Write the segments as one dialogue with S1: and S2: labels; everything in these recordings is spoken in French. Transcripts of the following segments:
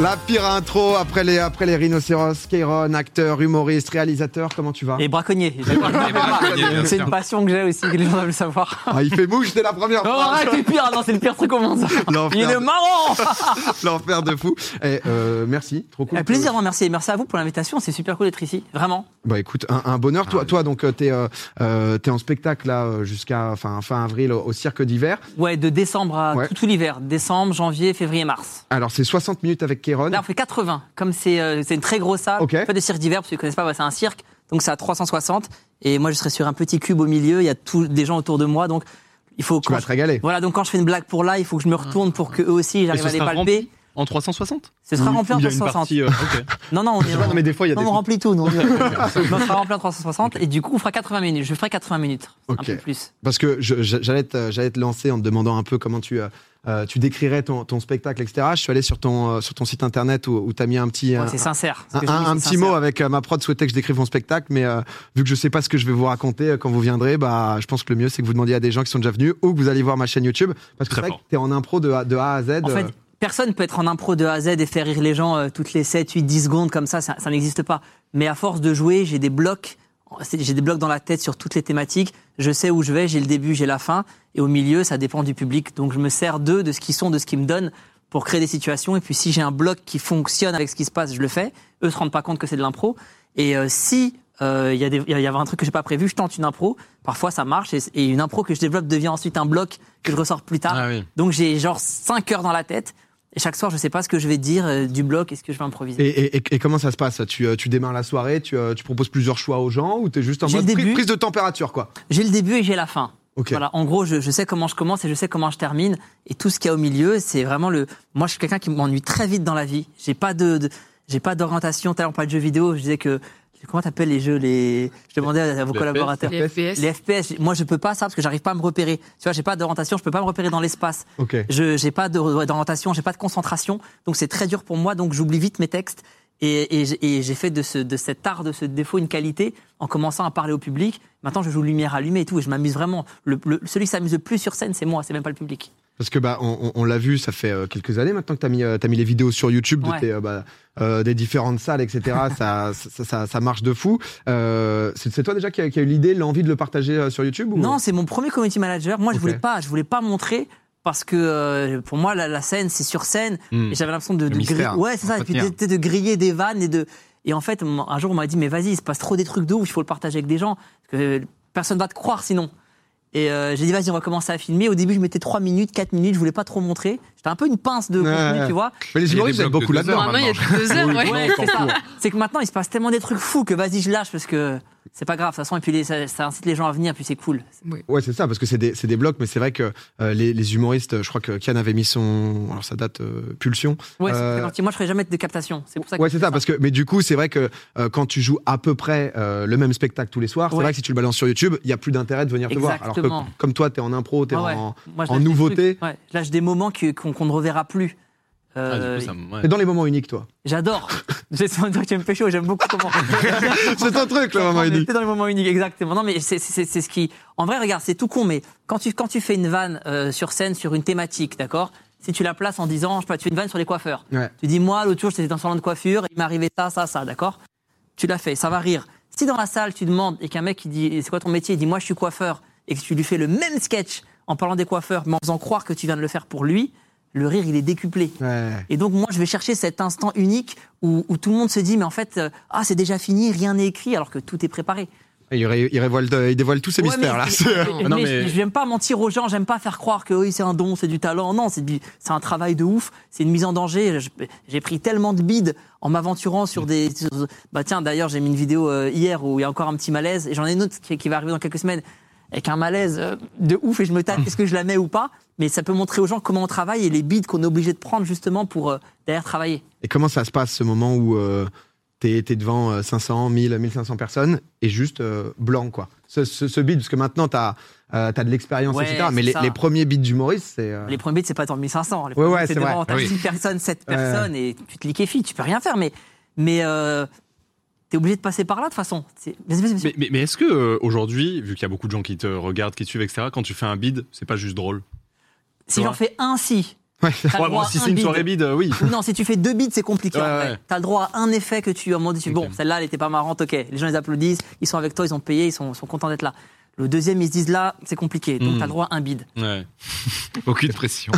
S1: La pire intro après les, après les rhinocéros. Kairon, acteur, humoriste, réalisateur, comment tu vas
S2: Hein Et braconnier. C'est une passion que j'ai aussi, que les gens doivent le savoir.
S1: Ah, Il fait mouche dès la première
S2: Non,
S1: fois.
S2: Oh, arrête, c'est pire. Non, c'est le pire truc au monde. ça. Il
S1: L'enfer
S2: est
S1: de-
S2: marrant.
S1: L'enfer de fou. Eh, euh, merci, trop cool.
S2: Avec plaisir, non, merci. Et merci à vous pour l'invitation. C'est super cool d'être ici. Vraiment.
S1: Bah écoute, un, un bonheur.
S2: Ah,
S1: Toi, toi donc, euh, t'es euh, euh, t'es en spectacle là euh, jusqu'à fin, fin avril au, au Cirque d'hiver.
S2: Ouais, de décembre à
S1: Ouais.
S2: tout, tout l'hiver. Décembre, janvier, février, mars.
S1: Alors, c'est 60 minutes avec Kéron.
S2: Là, on fait 80. Comme c'est euh, c'est une très grosse salle,
S1: Ok.
S2: pas de cirque d'hiver, parce que vous connaissez pas, bah, c'est un cirque. Donc c'est à 360. Et moi, je serai sur un petit cube au milieu. Il y a tout, des gens autour de moi. Donc il faut
S1: Tu
S2: quand
S1: vas
S2: je-
S1: te régaler.
S2: Voilà, donc quand je fais une blague pour là, il faut que je me retourne pour que eux aussi,
S3: Et
S2: j'arrive
S3: ce
S2: à les
S3: sera
S2: palper.
S3: rempli En 360
S2: Ce sera
S3: Ou-
S2: rempli
S3: ou
S2: en
S3: il y a une
S2: 360.
S3: partie, euh, ok.
S2: Non, non, on est.
S3: Non, mais des fois, il y a
S2: Non,
S3: des
S2: on
S3: trucs-
S2: remplit tout, nous. on sera rempli en 360 et du coup, on fera 80 minutes. Je ferai 80 minutes.
S1: Ok.
S2: Un peu plus.
S1: Parce que je- je- j'allais te, j'allais te lancer en te demandant un peu comment tu, euh, euh, tu décrirais ton, ton spectacle, etc. Je suis allé sur ton, euh, sur ton site internet où, tu as mis un petit,
S2: Ouais,
S1: euh,
S2: c'est sincère. Ce
S1: un,
S2: que je
S1: un-
S2: dis,
S1: un
S2: c'est
S1: petit
S2: sincère.
S1: mot avec euh, ma prod souhaitait que je décrive mon spectacle, mais euh, vu que je sais pas ce que je vais vous raconter euh, quand vous viendrez, bah, je pense que le mieux c'est que vous demandiez à des gens qui sont déjà venus ou que vous allez voir ma chaîne YouTube. Parce que c'est
S3: Très
S1: vrai
S3: fort.
S1: que t'es en impro de, A- de A à Z.
S2: En fait,
S1: euh,
S2: personne peut être en impro de A à Z et faire rire les gens euh, toutes les 7, 8, 10 secondes comme ça, ça, ça n'existe pas. Mais à force de jouer, j'ai des blocs, c'est- j'ai des blocs dans la tête sur toutes les thématiques. Je sais où je vais, j'ai le début, j'ai la fin, et au milieu, ça dépend du public. Donc je me sers d'eux, de ce qu'ils sont, de ce qu'ils me donnent pour créer des situations. Et puis si j'ai un bloc qui fonctionne avec ce qui se passe, je le fais. Eux se rendent pas compte que c'est de l'impro. Et euh, si euh, il y, a des- il y a- il y avait un truc que j'ai pas prévu, je tente une impro. Parfois ça marche et, et une impro que je développe devient ensuite un bloc que je ressors plus tard.
S3: Ah oui.
S2: Donc j'ai genre 5 heures dans la tête. Et chaque soir, je sais pas ce que je vais dire euh, du bloc et ce que je vais improviser.
S1: et, et- et- et comment ça se passe tu, euh, tu démarres la soirée, tu, euh, tu proposes plusieurs choix aux gens ou t'es juste en
S2: J'ai
S1: mode
S2: le
S1: prise,
S2: début.
S1: prise de température quoi
S2: J'ai le début et j'ai la fin.
S1: Ok.
S2: Voilà, en gros, je, je sais comment je commence et je sais comment je termine. Et tout ce qu'il y a au milieu, c'est vraiment le. Moi, je suis quelqu'un qui m'ennuie très vite dans la vie. J'ai pas de, de- j'ai pas d'orientation. Tout à l'heure, on parlait de jeux vidéo. Je disais que comment t'appelles les jeux les. Je demandais à, à vos
S3: Les
S2: collaborateurs.
S4: Les FPS.
S2: Les FPS. Moi, je peux pas ça parce que j'arrive pas à me repérer. Tu vois, j'ai pas d'orientation. Je peux pas me repérer dans l'espace.
S1: Ok.
S2: Je j'ai pas de- d'orientation, j'ai pas de concentration, donc c'est très dur pour moi, donc j'oublie vite mes textes. Et, et j'ai- et j'ai fait de, ce, de cet art, de ce défaut, une qualité en commençant à parler au public. Maintenant, je joue lumière allumée et tout, et je m'amuse vraiment. Le, le- celui qui s'amuse le plus sur scène, c'est moi, c'est même pas le public.
S1: Parce que bah on, on- on l'a vu, ça fait euh, quelques années maintenant que t'as mis euh, t'as mis les vidéos sur YouTube de
S2: Ouais.
S1: tes, euh, bah, euh, des différentes salles, etc. ça, ça, ça ça marche de fou. Euh, c'est c'est toi déjà qui a, qui a eu l'idée, l'envie de le partager euh, sur YouTube ou...
S2: Non, c'est mon premier community manager. Moi, je
S1: Ok.
S2: voulais pas, je voulais pas montrer parce que euh, pour moi, la, la scène, c'est sur scène.
S3: Hmm.
S2: Et j'avais l'impression de, de griller.
S1: mystère.
S2: Ouais, c'est ça. Et puis de,
S3: Entretenir.
S2: de- de griller des vannes et de. Et en fait, m- un jour, on m'a dit, mais vas-y, il se passe trop des trucs de ouf, il faut le partager avec des gens. Parce que euh, personne va te croire sinon. Et euh, j'ai dit, vas-y, on va commencer à filmer. Au début, je mettais 3 minutes, 4 minutes, je voulais pas trop montrer. J'étais un peu une pince de
S1: Ouais,
S2: contenu,
S1: ouais.
S2: tu vois.
S1: Mais les
S3: Il y a
S1: humoristes
S3: des
S1: vous êtes
S3: blocs de
S1: beaucoup
S3: deux
S1: là-dedans.
S3: heures.
S4: Maintenant, il y a plus de deux heures, ouais.
S2: Ouais, c'est ça. C'est que maintenant, il se passe tellement des trucs fous que vas-y, je lâche parce que c'est pas grave. De toute façon, et puis les- ça, ça incite les gens à venir, puis c'est cool.
S1: Ouais, c'est ça, parce que c'est des, c'est des blocs, mais c'est vrai que euh, les, les humoristes, euh, je crois que Kian avait mis son. Alors ça date euh, Pulsion.
S2: Ouais, c'est
S1: Euh,
S2: très gentil. Moi, je ferai jamais de captation. C'est pour ça que
S1: Ouais, c'est ça, parce que. Mais du coup, c'est vrai que euh, quand tu joues à peu près euh, le même spectacle tous les soirs, c'est
S2: Ouais.
S1: vrai que si tu le balances sur YouTube, il y a plus d'intérêt de venir te voir. Alors
S2: Exactement.
S1: que comme toi, t'es en impro, t'es
S2: Ah ouais.
S1: en.
S2: Moi, je
S1: en
S2: lâche des
S1: nouveauté.
S2: trucs. Ouais, je lâche des moments qui- qu'on qu'on ne reverra plus.
S3: Ah,
S2: Euh,
S3: du coup, ça me- ouais.
S1: T'es dans les moments uniques, toi.
S2: J'adore. C'est toi que tu aimes pécho. J'aime beaucoup comment.
S1: c'est ton truc, le moment
S2: On
S1: unique.
S2: était dans les moments uniques, exactement. Non, mais c'est c'est- c'est- c'est ce qui. En vrai, regarde, c'est tout con, mais quand tu, quand tu fais une vanne euh, sur scène, sur une thématique, d'accord Si tu la places en disant, je sais pas, tu fais une vanne sur les coiffeurs.
S1: Ouais.
S2: Tu dis, moi, l'autre jour, j'étais dans un salon de coiffure, il m'arrivait ça, ça, ça, d'accord Tu l'as fait, ça va rire. Si dans la salle, tu demandes et qu'un mec, qui dit, c'est quoi ton métier Il dit, moi, je suis coiffeur, et que tu lui fais le même sketch en parlant des coiffeurs, mais en faisant croire que tu viens de le faire pour lui, le rire, il est décuplé.
S1: Ouais.
S2: Et donc moi, je vais chercher cet instant unique où, où tout le monde se dit, mais en fait, euh, ah, c'est déjà fini, rien n'est écrit, alors que tout est préparé.
S1: Il, ré- il révoile, il dévoile tous ses
S2: Ouais,
S1: mystères,
S2: mais-
S1: là. euh,
S2: Mais,
S3: Ah non,
S2: mais
S3: mais-
S2: j'aime pas mentir aux gens, j'aime pas faire croire que oui, c'est un don, c'est du talent. Non, c'est du- c'est un travail de ouf, c'est une mise en danger. Je- J'ai pris tellement de bides en m'aventurant sur des. sur- Bah tiens, d'ailleurs, j'ai mis une vidéo euh, hier où il y a encore un petit malaise, et j'en ai une autre qui, qui va arriver dans quelques semaines avec un malaise euh, de ouf, et je me tape,
S1: Ah.
S2: est-ce que je la mets ou pas Mais ça peut montrer aux gens comment on travaille et les bides qu'on est obligé de prendre justement pour euh, derrière travailler.
S1: Et comment ça se passe, ce moment où euh, t'es t'es devant euh, 500, 1000, 1500 personnes et juste euh, blanc, quoi Ce, ce, ce beat, parce que maintenant, t'as as de l'expérience,
S2: Ouais,
S1: etc. Mais
S2: c'est
S1: les,
S2: ça.
S1: les premiers beats d'humoriste, c'est. euh,
S2: Les premiers bits, c'est pas dans 1500. Les
S1: Ouais,
S2: premiers
S1: ouais,
S2: bits, c'est
S1: c'est vrai.
S2: devant, t'as
S3: Oui.
S2: 6 personnes, 7
S1: Ouais.
S2: personnes, et tu te liquéfies, tu peux rien faire, mais, mais euh, t'es obligé de passer par là, de toute façon. C'est- Vas-y, vas-y, vas-y.
S3: Mais, mais- mais est-ce que euh, aujourd'hui, vu qu'il y a beaucoup de gens qui te regardent, qui te suivent, etc., quand tu fais un bid, c'est pas juste drôle
S2: Si j'en
S3: Ouais.
S2: fais un, si.
S1: Ouais.
S2: T'as le
S3: Ouais, bon,
S2: droit à
S3: si
S2: un
S3: c'est une
S2: bid.
S3: soirée bide, euh, oui.
S2: Ou non, si tu fais deux bids, c'est compliqué.
S3: Ouais,
S2: en vrai.
S3: ouais.
S2: T'as le droit à un effet que tu en dessus. Bon,
S3: Ok.
S2: celle-là, elle était pas marrante, ok. Les gens, ils applaudissent, ils sont avec toi, ils ont payé, ils sont, sont contents d'être là. Le deuxième, ils se disent là, c'est compliqué. Donc
S3: Mm.
S2: t'as le droit à un bid.
S3: Ouais. Aucune pression.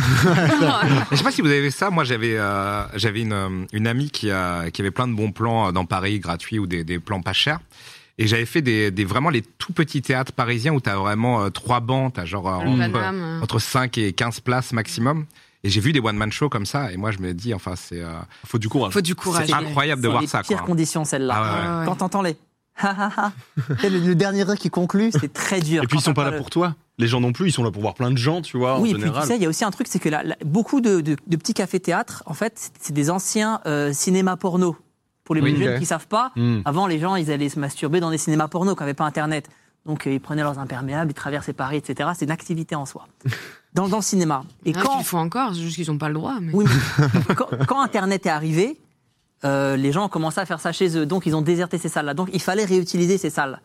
S4: Je sais pas si vous avez vu ça. Moi, j'avais euh, j'avais une, euh, une amie qui, a, qui avait plein de bons plans euh, dans Paris, gratuits ou des, des plans pas chers. Et j'avais fait des, des vraiment les tout petits théâtres parisiens où t'as vraiment euh, trois bancs, t'as genre euh,
S3: Mm.
S5: Le Paname, euh,
S4: entre 5 et 15 places maximum. Et j'ai vu des one-man shows comme ça. Et moi, je me dis, enfin, c'est euh,
S3: Faut du courage.
S5: Faut du courage.
S4: c'est incroyable de
S2: C'est
S4: voir
S2: les
S4: ça.
S2: pires
S4: Quoi.
S2: conditions, celle-là.
S4: Ah ouais, ouais.
S5: Ouais, ouais.
S2: Quand t'entends les. Ha, ha, ha. Et le, le dernier rire qui conclut, c'est très dur.
S3: Et puis ils
S2: Quand
S3: sont pas
S2: t'entends
S3: là
S2: le-
S3: pour toi. Les gens non plus, ils sont là pour voir plein de gens, tu vois,
S2: Oui,
S3: en
S2: et puis tu
S3: général.
S2: sais, il y a aussi un truc, c'est que là, là, beaucoup de, de- de petits cafés-théâtres, en fait, c'est- c'est des anciens euh, cinémas porno. Pour les
S1: Oui,
S2: plus jeunes
S1: ok.
S2: qui savent pas,
S3: Hmm.
S2: Avant, les gens, ils allaient se masturber dans des cinémas porno qui n'avaient pas Internet. Donc, euh, ils prenaient leurs imperméables, ils traversaient Paris, etc. C'est une activité en soi. Dans, dans le cinéma. Et
S5: Ah,
S2: quand,
S5: Ils le font encore, c'est juste qu'ils n'ont pas le droit. mais-
S2: oui, mais quand, quand Internet est arrivé, euh, les gens ont commencé à faire ça chez eux. Donc, ils ont déserté ces salles-là. Donc, il fallait réutiliser ces salles.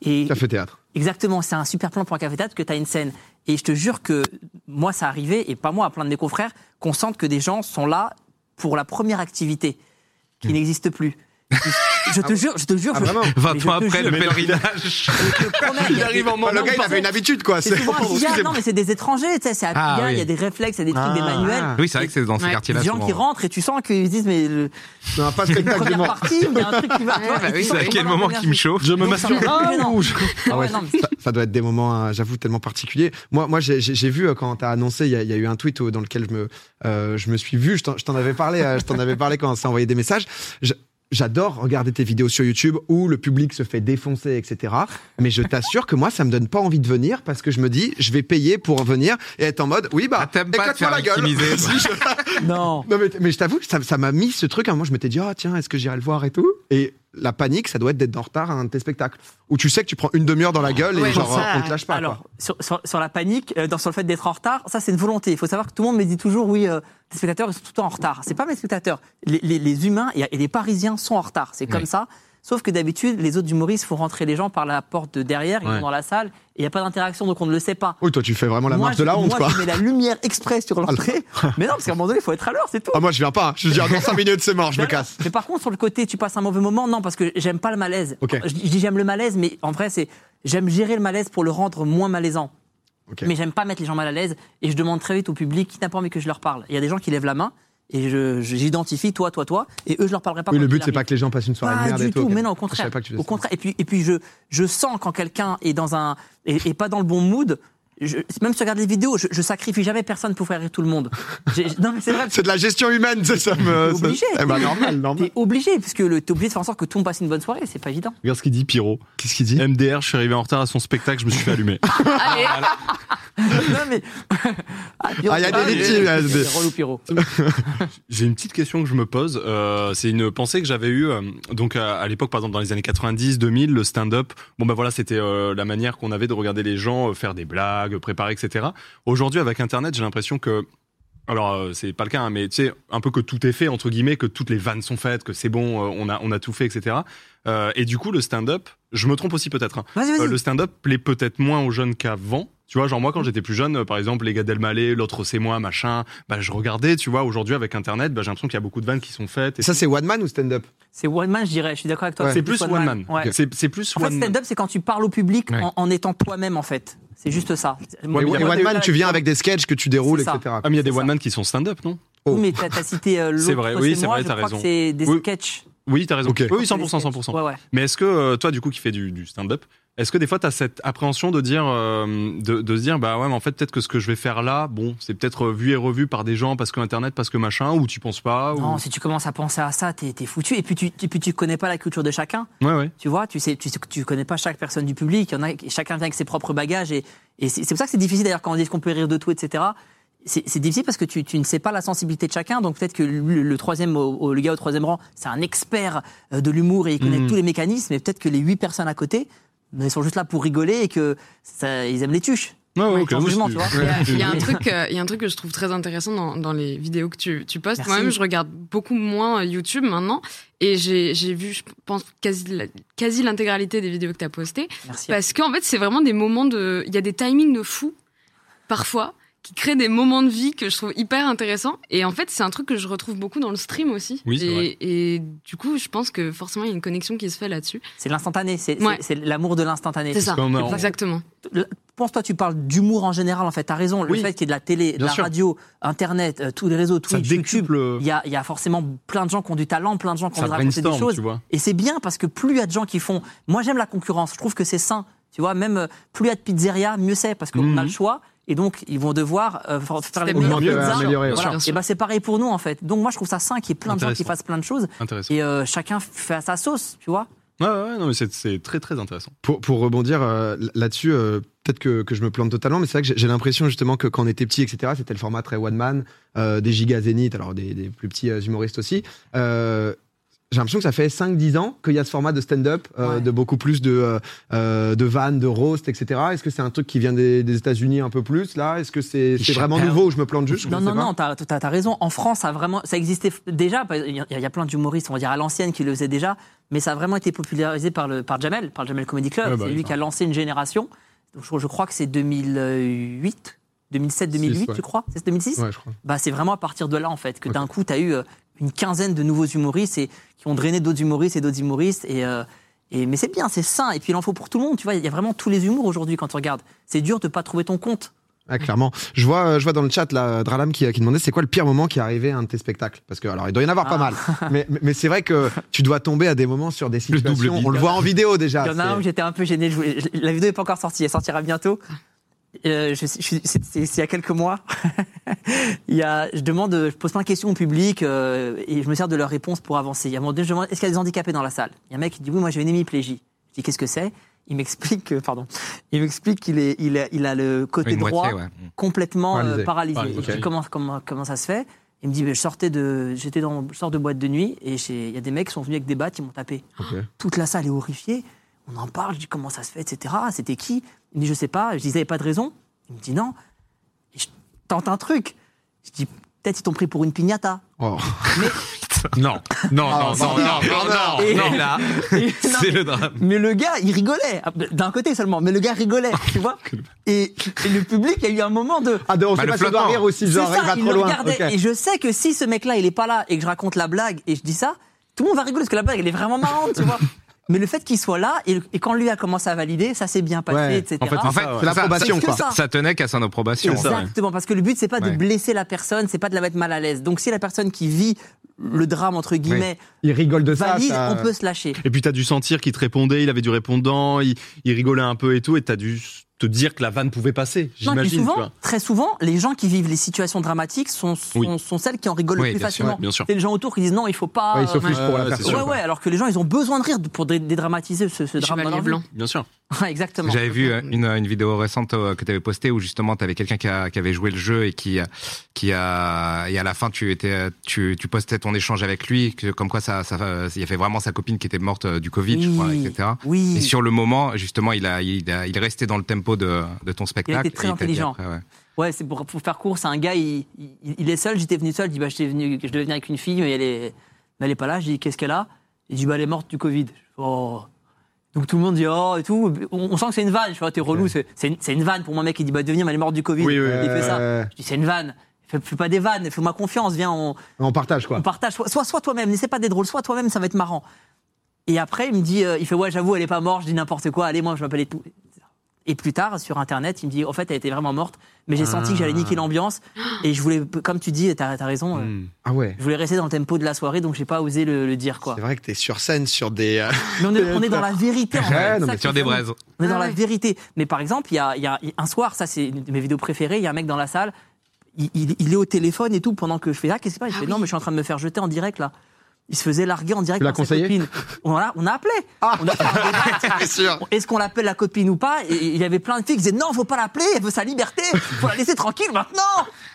S2: Et
S1: Café théâtre.
S2: exactement, c'est un super plan pour un café-théâtre que tu as une scène. Et je te jure que moi, ça arrivait, et pas moi, à plein de mes confrères, qu'on sente que des gens sont là pour la première activité
S4: Hmm.
S2: qui n'existe plus. Je te jure, je te jure,
S1: Ah,
S2: je-
S1: vraiment
S2: Mais
S4: 20
S2: je
S4: bah ans
S2: te
S4: après, le
S2: jure.
S4: pèlerinage.
S2: promets, il y a des-
S1: Bah, Le gars, il
S2: pardon.
S1: avait une habitude, quoi.
S2: C'est
S1: C'est-
S2: souvent à
S1: Pardon,
S2: Pigalle, non
S1: excusez-moi.
S2: mais c'est des étrangers, tu sais, c'est à
S4: Ah,
S2: Pigalle, il y
S4: oui.
S2: a des réflexes, il y a des trucs,
S1: Ah.
S2: des manuels.
S4: oui, c'est vrai que c'est dans ces
S5: Ouais.
S4: quartiers-là.
S2: Des gens qui
S4: souvent.
S2: rentrent et tu sens qu'ils se disent mais le
S1: Non, pas spectacle du
S2: première
S1: mort.
S2: partie, il y a un truc qui va.
S5: Ouais,
S4: Ah oui, c'est à quel moment qui me chauffe
S3: Je me
S2: Donc, ça
S3: masturbe.
S2: va être gênant. Ah
S1: Ah ouais,
S2: ouais, non, mais
S1: ça, ça doit être des moments, euh, j'avoue, tellement particuliers. Moi, moi j'ai- j'ai j'ai vu euh, quand t'as annoncé, il y, a- il y a eu un tweet euh, dans lequel je me, euh, je me suis vu. Je t'en- je t'en avais parlé, euh, je t'en avais parlé quand on s'est envoyé des messages. Je- J'adore regarder tes vidéos sur YouTube où le public se fait défoncer, etc. Mais je t'assure que moi, ça me donne pas envie de venir parce que je me dis, je vais payer pour venir et être en mode, oui bah,
S4: Ah, t'aimes pas te
S1: éclate-moi
S4: faire
S1: la gueule.
S4: victimiser, toi.
S1: Si, je-
S2: non.
S1: non, mais, mais je t'avoue que ça ça m'a mis ce truc. À un moment, je m'étais dit, oh tiens, est-ce que j'irai le voir et tout Et la panique, ça doit être d'être en retard à un de tes spectacles. Où tu sais que tu prends une demi-heure dans la gueule et
S5: Ouais,
S1: genre,
S5: ça,
S1: on te lâche pas.
S2: Alors
S1: quoi.
S2: sur, sur- sur la panique, euh, dans sur le fait d'être en retard, ça c'est une volonté. Il faut savoir que tout le monde me dit toujours oui, euh, les spectateurs ils sont tout le temps en retard. C'est pas mes spectateurs, les, les- les humains et, et les Parisiens sont en retard. C'est comme
S4: Oui.
S2: ça. Sauf que d'habitude, les autres humoristes font rentrer les gens par la porte de derrière, ils
S3: Ouais.
S2: vont dans la salle, et il n'y a pas d'interaction, donc on ne le sait pas.
S1: Oui, toi, tu fais vraiment la
S2: moi,
S1: marche de la
S2: je-
S1: honte,
S2: moi,
S1: quoi.
S2: Je mets la lumière express sur l'entrée. mais non, parce qu'à un moment donné, il faut être à l'heure, c'est tout.
S1: Ah, moi, je viens pas. Je dis, ah, dans 5 minutes, c'est mort, je me casse.
S2: Mais par contre, sur le côté, tu passes un mauvais moment, non, parce que j'aime pas le malaise.
S1: Ok.
S2: Je, je dis j'aime le malaise, mais en vrai, c'est j'aime gérer le malaise pour le rendre moins malaisant.
S1: Ok.
S2: Mais j'aime pas mettre les gens mal à l'aise et je demande très vite au public qui n'a pas envie que je leur parle. Il y a des gens qui lèvent la main et je- je- j'identifie toi, toi, toi, et eux, je leur parlerai pas.
S1: Oui,
S2: quand
S1: le
S2: ils
S1: but, c'est
S2: arrivent.
S1: pas que les gens passent une soirée de
S2: Pas
S1: merde
S2: du
S1: et tout.
S2: tout,
S1: ok.
S2: mais non, au
S1: Je savais
S2: contraire.
S1: pas que tu faisais
S2: au
S1: ça.
S2: contraire. Et puis, et puis je, je sens quand quelqu'un est dans un est, est pas dans le bon mood. je- même si je regarde les vidéos, je, je sacrifie jamais personne pour faire rire tout le monde. J'ai- non mais c'est vrai.
S1: C'est de la gestion humaine, c'est ça me.
S2: T'es obligé.
S1: Eh ben, normal, normal.
S2: T'es obligé, puisque le- t'es obligé de faire en sorte que tout le monde passe une bonne soirée, c'est pas évident.
S3: Regarde ce qu'il dit, Pyro.
S1: Qu'est-ce qu'il
S2: Euh,
S1: dit
S3: MDR, je suis arrivé en retard à son spectacle, je me suis fait allumer.
S5: Allez,
S2: non mais. ah, Pierrot,
S1: Ah, y a
S2: c'est
S1: des
S2: pas-
S1: litiges, là,
S2: c'est
S1: des-
S2: drôle ou Pierrot.
S3: J'ai une petite question que je me pose. Euh, c'est une pensée que j'avais eue. euh, donc à, à l'époque, par exemple, dans les années 90, 2000, le stand-up. Bon ben voilà, c'était euh, la manière qu'on avait de regarder les gens euh, faire des blagues, préparer, etc. Aujourd'hui, avec Internet, j'ai l'impression que alors euh, c'est pas le cas, hein, mais tu sais un peu que tout est fait entre guillemets, que toutes les vannes sont faites, que c'est bon, euh, on a on a tout fait, etc. Euh, et du coup, le stand-up, je me trompe aussi peut-être. hein,
S2: Vas-y, vas-y.
S3: Euh, le stand-up plaît peut-être moins aux jeunes qu'avant. Tu vois, genre moi quand j'étais plus jeune, euh, par exemple, les gars d'Elmaleh, l'autre c'est moi, machin, bah je regardais, tu vois, aujourd'hui avec Internet, bah, j'ai l'impression qu'il y a beaucoup de vannes qui sont faites. et-
S1: Ça, c'est one man ou stand-up
S2: C'est one man, je dirais. Je suis d'accord avec toi.
S1: Ouais.
S3: c'est plus one man.
S2: Ouais.
S3: C'est c'est plus
S2: En fait,
S3: one man.
S2: stand-up, c'est quand tu parles au public
S4: Ouais.
S2: en, en étant toi-même, en fait. C'est juste ça. Moi,
S1: Et
S2: moi,
S1: et
S2: moi,
S1: one man, tu viens avec des sketchs que tu déroules,
S2: C'est ça.
S1: etc.
S3: Ah mais il y a des
S2: c'est
S3: one
S2: ça.
S3: man qui sont stand-up, non
S2: Oui, mais t'as t'as cité euh, l'autre.
S3: C'est vrai, oui, c'est
S2: moi,
S3: vrai,
S2: je
S3: t'as
S2: crois que
S3: raison.
S2: C'est des
S3: Oui.
S2: sketchs.
S3: Oui, t'as raison.
S1: Ok.
S3: Oui, 100%, 100%.
S2: Ouais, ouais.
S3: Mais est-ce que euh, toi, du coup, qui fais du, du stand-up, est-ce que des fois, tu as cette appréhension de dire, euh, de, de se dire, bah ouais, mais en fait, peut-être que ce que je vais faire là, bon, c'est peut-être euh, vu et revu par des gens parce que Internet, parce que machin, ou tu penses pas ou...
S2: Non, si tu commences à penser à ça, t'es t'es foutu. Et puis tu, et puis tu connais pas la culture de chacun.
S3: Ouais, ouais.
S2: Tu vois, tu sais, tu, sais que tu connais pas chaque personne du public. Il y en a, qui- chacun vient avec ses propres bagages. Et, et c'est c'est pour ça que c'est difficile d'ailleurs quand on dit qu'on peut rire de tout, etc. C'est c'est difficile parce que tu, tu ne sais pas la sensibilité de chacun. Donc peut-être que le, le troisième, au- au- le gars au troisième rang, c'est un expert euh, de l'humour et il connaît
S3: Mhm.
S2: tous les mécanismes. Et peut-être que les huit personnes à côté, mais ils sont juste là pour rigoler et que ça- ils aiment les tuches.
S3: Ouais, ouais,
S2: Ouais,
S3: ok,
S2: sans
S3: oui,
S2: jugement,
S3: c'est-
S2: tu vois.
S5: Il y a- il y, a un truc, euh, il y a un truc que je trouve très intéressant dans, dans les vidéos que tu, tu postes.
S2: Merci.
S5: Moi-même, je regarde beaucoup moins euh, YouTube maintenant. Et j'ai j'ai vu, je pense, quasi, la- quasi l'intégralité des vidéos que tu as postées.
S2: Merci.
S5: Parce qu'en fait, c'est vraiment des moments de. Il y a des timings de fou, parfois. qui crée des moments de vie que je trouve hyper intéressants. Et en fait, c'est un truc que je retrouve beaucoup dans le stream aussi.
S3: Oui, c'est
S5: et,
S3: vrai.
S5: et du coup, je pense que forcément, il y a une connexion qui se fait là-dessus.
S2: C'est l'instantané, c'est c'est-
S5: Ouais.
S2: c'est l'amour de l'instantané.
S5: C'est ça.
S3: Comme on-
S5: Exactement.
S2: Pense toi, tu parles d'humour en général, en fait. T'as raison. Le
S3: Oui.
S2: fait qu'il y ait de la télé, de
S3: Bien
S2: la
S3: sûr.
S2: radio, Internet, euh, tous les réseaux,
S3: ça
S2: Twitch, YouTube,
S3: décuple, euh,
S2: il y a, il y a forcément plein de gens qui ont du talent, plein de gens qui ont
S3: ça
S2: envie de raconter des
S3: brainstorm,
S2: choses.
S3: tu vois.
S2: Et c'est bien parce que plus il y a de gens qui font. Moi, j'aime la concurrence. Je trouve que c'est sain. Tu vois, même euh, plus il y a de pizzeria, mieux c'est parce qu'on
S3: Mhm.
S2: a le choix. Et donc, ils vont devoir euh, fa- faire les
S5: Au
S2: meilleures
S5: mieux,
S2: pizzas.
S1: améliorer,
S2: Voilà.
S5: bien sûr.
S2: Et ben, c'est pareil pour nous, en fait. Donc, moi, je trouve ça sain qu'il y ait plein de gens qui
S3: Intéressant.
S2: fassent plein de choses.
S3: Intéressant.
S2: Et euh, chacun fait à sa sauce, tu vois.
S3: Ouais, ouais, ouais, non, mais c'est- c'est très, très intéressant.
S1: Pour, pour rebondir euh, l- là-dessus, euh, peut-être que, que je me plante totalement, mais c'est vrai que j'ai- j'ai l'impression justement que quand on était petit, etc., c'était le format très one man, euh, des gigas zénith, alors des, des plus petits euh, humoristes aussi. Euh, j'ai l'impression que ça fait 5-10 ans qu'il y a ce format de stand-up, euh,
S2: Ouais.
S1: de beaucoup plus de, euh, euh, de vannes, de roast, etc. Est-ce que c'est un truc qui vient des, des États-Unis un peu plus, là Est-ce que c'est c'est vraiment
S4: Chappelle.
S1: nouveau ou je me plante juste je
S2: Non,
S1: sais
S2: non,
S1: pas.
S2: non, t'as as, raison. En France, ça, a vraiment, ça existait f- déjà. Il y, a- il y a plein d'humoristes, on va dire, à l'ancienne qui le faisaient déjà. Mais ça a vraiment été popularisé par, le, par Jamel, par le Jamel Comedy Club.
S3: Ouais, bah
S2: c'est
S3: oui,
S2: lui
S3: ça.
S2: qui a lancé une génération. Donc, je, je crois que c'est 2008, 2007, 2008,
S1: ouais.
S2: tu crois C'est 2006
S1: Ouais, je crois.
S2: bah, C'est vraiment à partir de là, en fait, que d'un coup, t'as eu euh, une quinzaine de nouveaux humoristes et, qui ont drainé d'autres humoristes et d'autres humoristes. Et, euh, et, mais c'est bien, c'est sain. Et puis, il en faut pour tout le monde. Tu vois, il y a vraiment tous les humours aujourd'hui quand tu regardes. C'est dur de pas trouver ton compte.
S1: Ah, clairement. Je vois, euh, je vois dans le chat là, Dralam qui, qui demandait c'est quoi le pire moment qui est arrivé à un de tes spectacles Parce que, alors, il doit y en avoir
S2: Ah.
S1: pas mal. Mais, mais- mais c'est vrai que tu dois tomber à des moments sur des
S3: double
S1: situations.
S3: beat.
S1: On le voit en vidéo déjà.
S2: Il y en a
S1: c'est-
S2: un où j'étais un peu gêné. je voulais- je- la vidéo n'est pas encore sortie, elle sortira bientôt. Euh, je- je- c'est- c'est c'est il y a quelques mois. il y a, je demande, je pose plein de questions au public euh, et je me sers de leurs réponses pour avancer. Il y a un moment donné, je demande est-ce qu'il y a des handicapés dans la salle Il y a un mec qui dit oui, moi j'ai une hémiplégie. Je dis qu'est-ce que c'est Il m'explique, que- pardon, il m'explique qu'il est, il a, il a le côté
S4: Une
S2: droit
S4: moitié, ouais.
S2: complètement euh,
S1: Paralysé.
S2: paralysé.
S3: Paralysé,
S2: Et je dis,
S3: ok.
S2: comment, comment, comment ça se fait Il me dit, ben, je sortais de, j'étais dans, je sors de boîte de nuit et j'ai- il y a des mecs qui sont venus avec des battes, ils m'ont tapé.
S1: Ok.
S2: Toute la salle est horrifiée. On en parle, je dis comment ça se fait, etc. C'était qui Il me dit, je sais pas. Je dis, ils avaient pas de raison. Il me dit, non. Et je tente un truc. Je dis, peut-être ils t'ont pris pour une pignata.
S1: Oh.
S4: Non, non,
S1: Ah,
S4: non, non, non, non,
S2: Et-
S4: Oh, non, là,
S2: Non,
S4: c'est le drame.
S2: Mais le gars, il rigolait. D'un côté seulement, mais le gars rigolait, tu vois. Et, et le public, il y a eu un moment de.
S1: Ah, donc, on
S4: Bah,
S1: sait
S4: le
S1: pas si on doit
S4: flottant.
S1: rire aussi,
S2: C'est
S1: genre,
S2: ça,
S1: il va
S2: il
S1: trop
S2: le
S1: loin.
S2: regardait.
S1: Ok.
S2: Et je sais que si ce mec-là, il est pas là et que je raconte la blague et je dis ça, tout le monde va rigoler parce que la blague, elle est vraiment marrante, tu vois. Mais le fait qu'il soit là et, et quand lui a commencé à valider, ça s'est bien passé,
S1: Ouais.
S2: etc.
S3: En fait,
S4: En fait,
S3: ça, ouais.
S1: C'est l'approbation,
S4: ça-
S2: quoi.
S4: Ça, ça tenait qu'à son approbation.
S3: C'est ça. ouais.
S2: Exactement, parce que le but c'est pas
S4: Ouais.
S2: de blesser la personne, c'est pas de la mettre mal à l'aise. Donc si la personne qui vit le drame entre guillemets
S1: Il rigole de ça.
S2: valide,
S1: ça-
S2: on peut se lâcher.
S3: Et puis t'as dû sentir qu'il te répondait, il avait du répondant, il, il rigolait un peu et tout, et t'as dû te dire que la vanne pouvait passer,
S2: Non, et puis
S3: j'imagine. tu
S2: souvent,
S3: vois.
S2: très souvent, les gens qui vivent les situations dramatiques sont, sont,
S3: Oui.
S2: sont celles qui en rigolent
S4: Oui,
S2: le plus
S4: bien sûr,
S2: facilement.
S3: bien sûr.
S2: C'est les gens autour qui disent non, il faut pas.
S1: Ouais, il
S2: euh,
S1: s'offusque
S3: Ouais,
S1: pour la
S3: ouais, c'est
S1: personne.
S3: sûr,
S2: ouais,
S1: quoi.
S2: ouais, alors que les gens, ils ont besoin de rire pour dé- dédramatiser ce, ce drame. dans
S5: Chevalier
S2: leur vie.
S5: blanc.
S3: Bien sûr.
S2: Ouais, exactement.
S4: J'avais vu euh, une, une vidéo récente euh, que tu avais postée où justement tu avais quelqu'un qui, a- qui avait joué le jeu et qui, euh, qui a, et à la fin tu étais, euh, tu, tu postais ton échange avec lui, que, comme quoi ça, ça, euh, il y avait vraiment sa copine qui était morte euh, du Covid, je crois,
S2: Oui.
S4: etc.
S2: Oui.
S4: Et sur le moment, justement, il a, il a, il est resté dans le tempo de, de ton
S2: très
S4: spectacle. et il t'a dit
S2: intelligent.
S4: après, ouais.
S2: Ouais, c'est pour, pour faire court. C'est un gars, il, il, il est seul. J'étais venu seul. Je dis, bah, j'étais venu, je devais venir avec une fille, mais elle est, mais elle est pas là. Je dis, qu'est-ce qu'elle a Il dit, bah, elle est morte du Covid. Je fais, Oh. Donc tout le monde dit, oh, et tout. On, on sent que c'est une vanne. Je fais, ah, t'es relou. c'est- C'est une, c'est une vanne pour moi, mec. Il dit, bah, devenir, mais elle est morte du Covid.
S3: Oui, oui,
S2: il fait ça.
S1: Euh,
S2: Je dis, c'est une vanne. Fais, fais pas des vannes. Fais-moi confiance. Viens, on,
S1: On partage, quoi.
S2: on partage. Soit, soit, soit toi-même, n'essaie pas d'être drôle, soit toi-même, ça va être marrant. Et après, il me dit, euh, il fait, ouais, j'avoue, elle est pas morte, je dis n'importe quoi, allez, moi, je m'appelle et tout. Et plus tard, sur Internet, il me dit, en fait, elle était vraiment morte, mais j'ai senti que j'allais niquer
S1: Ah.
S2: l'ambiance. Et je voulais, comme tu dis, t'as as raison, euh,
S3: Hmm.
S1: Ah ouais.
S2: je voulais rester dans le tempo de la soirée, donc j'ai pas osé le, le dire, quoi.
S1: C'est vrai que t'es sur scène, sur des. euh,
S2: Mais on est, on est dans la vérité, en fait.
S1: Ouais, non,
S2: Ça
S1: mais
S2: qui
S4: Sur
S2: est
S4: des
S2: fou.
S4: braises.
S2: On est dans
S5: Ah
S2: la
S5: ouais.
S2: vérité. Mais par exemple, il y a, il y a un soir, ça c'est une de mes vidéos préférées, il y a un mec dans la salle, il, il- il est au téléphone et tout pendant que je fais ah, qu'est-ce qui se passe Il
S5: Ah
S2: fait
S5: oui.
S2: non, mais je suis en train de me faire jeter en direct là. Il se faisait larguer en direct
S1: Tu l'as
S2: par sa
S1: conseillé Ah.
S2: copine. On a, on a appelé. On a fait un débat. Est-ce qu'on l'appelle la copine ou pas Et il y avait plein de filles qui disaient non, faut pas l'appeler, elle veut sa liberté, faut la laisser tranquille maintenant.